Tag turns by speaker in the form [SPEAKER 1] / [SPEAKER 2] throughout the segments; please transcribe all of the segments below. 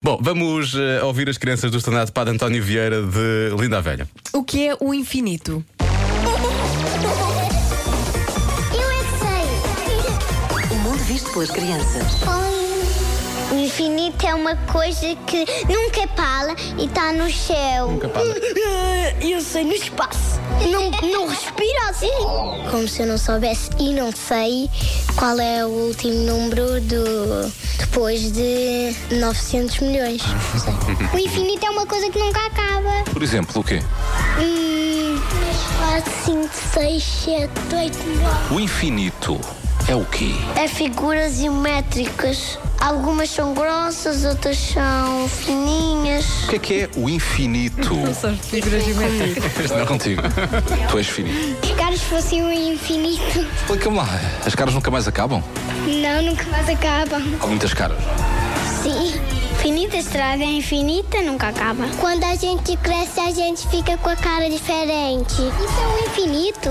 [SPEAKER 1] Bom, vamos eh, ouvir as crianças do estandarte Padre António Vieira de Linda a Velha.
[SPEAKER 2] O que é o infinito?
[SPEAKER 3] Eu é que
[SPEAKER 4] O mundo visto pelas crianças.
[SPEAKER 3] sei. O infinito é uma coisa que nunca fala e está no Ah, céu. Nunca fala.
[SPEAKER 5] Eu sei, no espaço.
[SPEAKER 3] Não, não respira assim. Como se eu não soubesse e não sei qual é o último número do depois de 900 milhões. o infinito é uma coisa que nunca acaba.
[SPEAKER 6] Por exemplo, o quê?
[SPEAKER 3] Hum, 4, 5, 6, 7, 8, 9.
[SPEAKER 6] O infinito é o quê?
[SPEAKER 3] É figuras geométricas. Algumas são grossas, outras são fininhas.
[SPEAKER 6] O que é que é o infinito?
[SPEAKER 2] São figuras geométricas.
[SPEAKER 6] Não. é Contigo. tu és finito.
[SPEAKER 3] Os caras fossem o infinito.
[SPEAKER 6] Explica-me lá. As caras nunca mais acabam?
[SPEAKER 3] Não, nunca mais acabam.
[SPEAKER 6] Há muitas caras.
[SPEAKER 3] Sim. Infinita estrada é infinita, nunca acaba. Quando a gente cresce, a gente fica com a cara diferente. Isso é o infinito.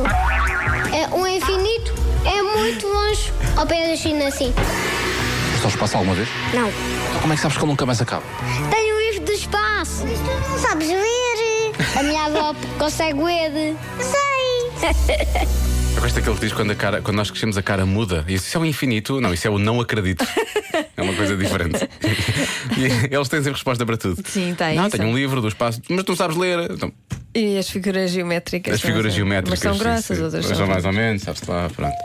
[SPEAKER 3] É, o infinito é muito longe. Ao pé da China, assim.
[SPEAKER 6] Só espaço alguma vez?
[SPEAKER 3] Não.
[SPEAKER 6] Então como é que sabes que ele nunca mais acaba?
[SPEAKER 3] Tem o livro do espaço. Mas tu não sabes ler. A minha avó consegue ler. Sei.
[SPEAKER 1] Eu gosto daquele que diz quando, a cara, quando nós crescemos a cara muda. Isso é o infinito? Não, isso é o não acredito. É uma coisa diferente. E eles têm sempre resposta para tudo.
[SPEAKER 2] Sim, têm,
[SPEAKER 1] Não,
[SPEAKER 2] são.
[SPEAKER 1] tenho um livro do espaço, mas tu não sabes ler. Então,
[SPEAKER 2] E as figuras geométricas?
[SPEAKER 1] as
[SPEAKER 2] são
[SPEAKER 1] figuras
[SPEAKER 2] assim.
[SPEAKER 1] geométricas.
[SPEAKER 2] Umas são
[SPEAKER 1] sim,
[SPEAKER 2] grossas,
[SPEAKER 1] sim.
[SPEAKER 2] outras
[SPEAKER 1] Mas
[SPEAKER 2] são.
[SPEAKER 1] mais ou menos, sabes lá, pronto.